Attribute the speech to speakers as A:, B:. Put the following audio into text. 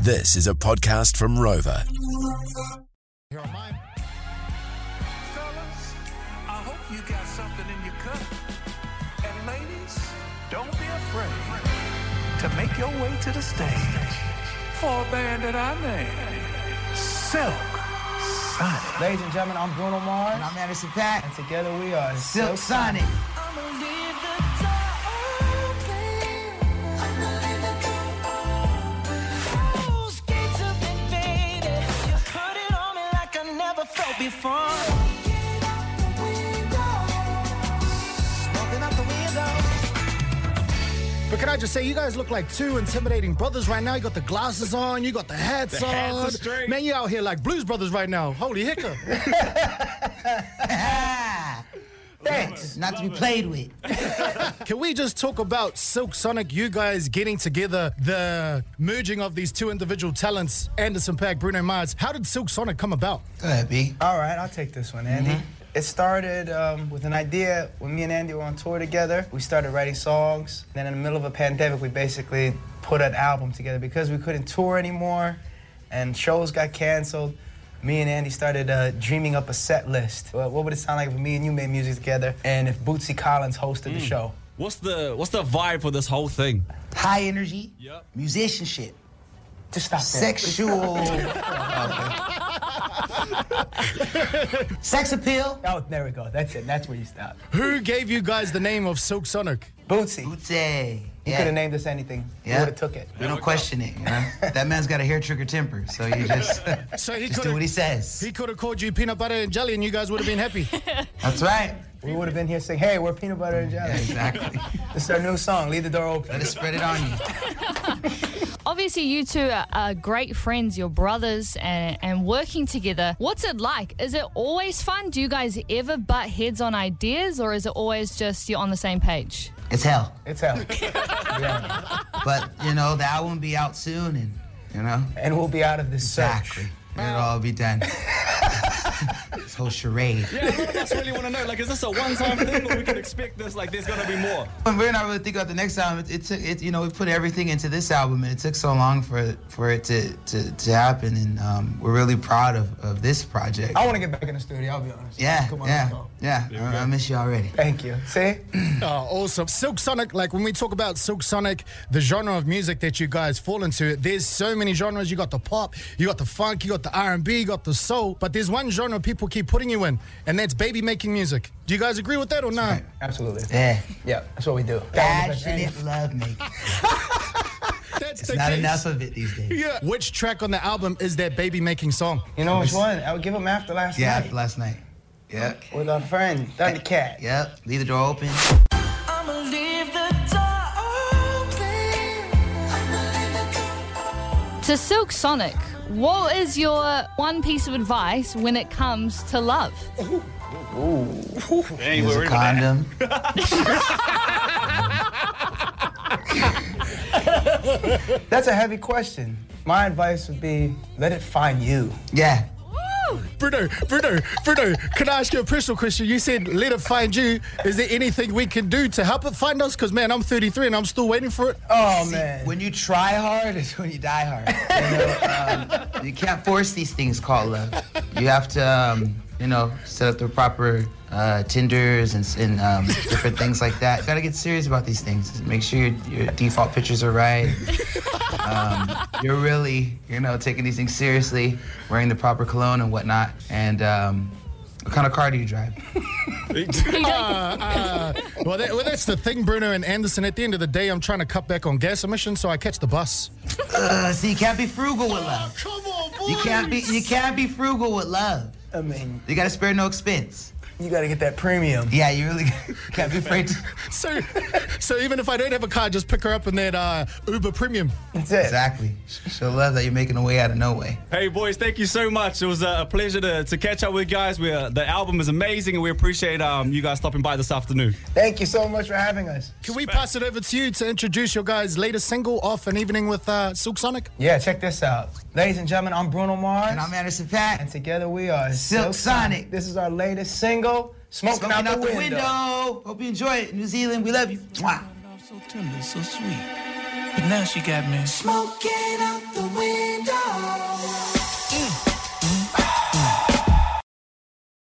A: This is a podcast from Rover.
B: Here on mine.
C: Fellas, I hope you got something in your cup. And ladies, don't be afraid to make your way to the stage for a band that I made, Silk Sonic.
D: Ladies and gentlemen, I'm Bruno Mars. And I'm Anderson Pack. And together we are Silk Sonic.
E: I'ma leave the door open. I'ma leave the door open. Those gates have been invaded. You put it on me like I never felt before. Smoking out the window. Smoking out the window.
B: But can I just say, you guys look like two intimidating brothers right now. You got the glasses on, you got the hats on. Man, you out here like blues brothers right now. Holy hiccup.
D: Thanks. Not to be played with.
B: can we just talk about Silk Sonic, you guys getting together, the merging of these two individual talents, Anderson Pack, Bruno Mars. How did Silk Sonic come about?
D: Go ahead, B. All right, I'll take this one, Andy. It started um, with an idea when me and Andy were on tour together. We started writing songs. Then, in the middle of a pandemic, we basically put an album together because we couldn't tour anymore and shows got canceled. Me and Andy started uh, dreaming up a set list. Well, what would it sound like if me and you made music together and if Bootsy Collins hosted the show?
F: What's the what's the vibe for this whole thing?
G: high energy,
F: Yep.
G: musicianship,
D: Just stop there.
G: sexual, sex appeal.
D: Oh, there we go. That's it. That's where you stop.
B: Who gave you guys the name of Silk Sonic?
D: Bootsy. You
G: Say,
D: could
G: yeah,
D: have named us anything. We
G: Yeah.
D: would have took it.
G: we don't question it. You know? that man's got a hair trigger temper, so you just
B: So he
G: just
B: could
G: do what he
B: have
G: says.
B: he could have called you peanut butter and jelly, and you guys would have been happy.
G: That's right.
D: We would have been here saying, hey, we're peanut butter and jelly.
G: Exactly.
D: This is our new song, Leave the Door Open.
G: Let us spread it on you.
H: Obviously, you two are, are great friends, you're brothers, and, and working together. What's it like? Is it always fun? Do you guys ever butt heads on ideas, or is it always just you're on the same page?
G: It's hell.
D: It's hell. yeah.
G: But you know, the album will be out soon, and you know,
D: And we'll be out of this search.
G: exactly. It'll all be done. this whole charade.
F: Yeah, I just really want to know. Like, is this a one-time thing, or we can expect this? Like, there's gonna be more.
G: When we're not really thinking about the next album, it, it took it. You know, we put everything into this album, and it took so long for for it to to, to happen. And um, we're really proud of, of this project.
D: I want to get back in the studio, I'll be honest.
G: Yeah,
D: Come on,
G: yeah,
D: let's go.
G: yeah. I, I miss you already.
D: Thank you. See?
B: Oh, awesome. Silk Sonic, like when we talk about Silk Sonic, the genre of music that you guys fall into, there's so many genres. You got the pop, you got the funk, you got the R&B, you got the soul, but there's one genre people keep putting you in, and that's baby making music. Do you guys agree with that or not?
D: Absolutely.
G: Yeah.
D: Yeah, that's what we do.
G: Passionate love making.
B: That's
G: It's not enough of it these days.
B: Yeah. Which track on the album is that baby making song?
D: You know which one? I would give him after last
G: Yeah,
D: night.
G: last night. Yep.
D: With our friend, Thundercat.
G: Yep. Leave the door open.
E: I'ma leave the door open. I'ma leave the
H: To
E: door
H: Silk Sonic, what is your one piece of advice when it comes to love?
G: Use a condom.
D: That's a heavy question. My advice would be let it find you.
G: Yeah.
B: Bruno, Bruno, Bruno, can I ask you a personal question? You said, let it find you. Is there anything we can do to help it find us? Because, man, I'm 33 and I'm still waiting for it.
D: Oh,
G: See,
D: man.
G: When you try hard is when you die hard. You, know, um, you can't force these things called love. You have to, um, you know, set up the proper uh, Tinders and, s- and um, different things like that. gotta get serious about these things. Make sure your, your default pictures are right. Um, you're really, you know, taking these things seriously, wearing the proper cologne and whatnot. And um, what kind of car do you drive?
B: Well, that, well, that's the thing, Bruno and Anderson. At the end of the day, I'm trying to cut back on gas emissions so I catch the bus.
G: Uh, see, you can't be frugal with love.
B: Come on, boy.
G: You can't be, you can't be frugal with love.
D: I mean,
G: You gotta spare no expense.
D: you got to get that premium.
G: Yeah, you really can't be afraid. To,
B: So, so even if I don't have a car, just pick her up in that uh, Uber Premium.
D: That's it.
G: exactly. She'll love that you're making a way out of no way.
F: Hey, boys, thank you so much. It was uh, a pleasure to, to catch up with you guys. We uh, the album is amazing, and we appreciate um you guys stopping by this afternoon.
D: Thank you so much for having us.
B: Can we pass it over to you to introduce your guys' latest single, "Off an Evening with uh, Silk Sonic"?
D: Yeah, check this out. Ladies and gentlemen, I'm Bruno Mars.
G: And I'm Anderson
D: And
G: Pat.
D: together we are
G: Silk Sonic.
D: This is our latest single, Smoking,
G: Smoking
D: Out, the, window.
G: Hope you enjoy it. New Zealand, we love you. Mwah.
C: Started off So tender, so sweet. But now she got me.
E: Smoking out the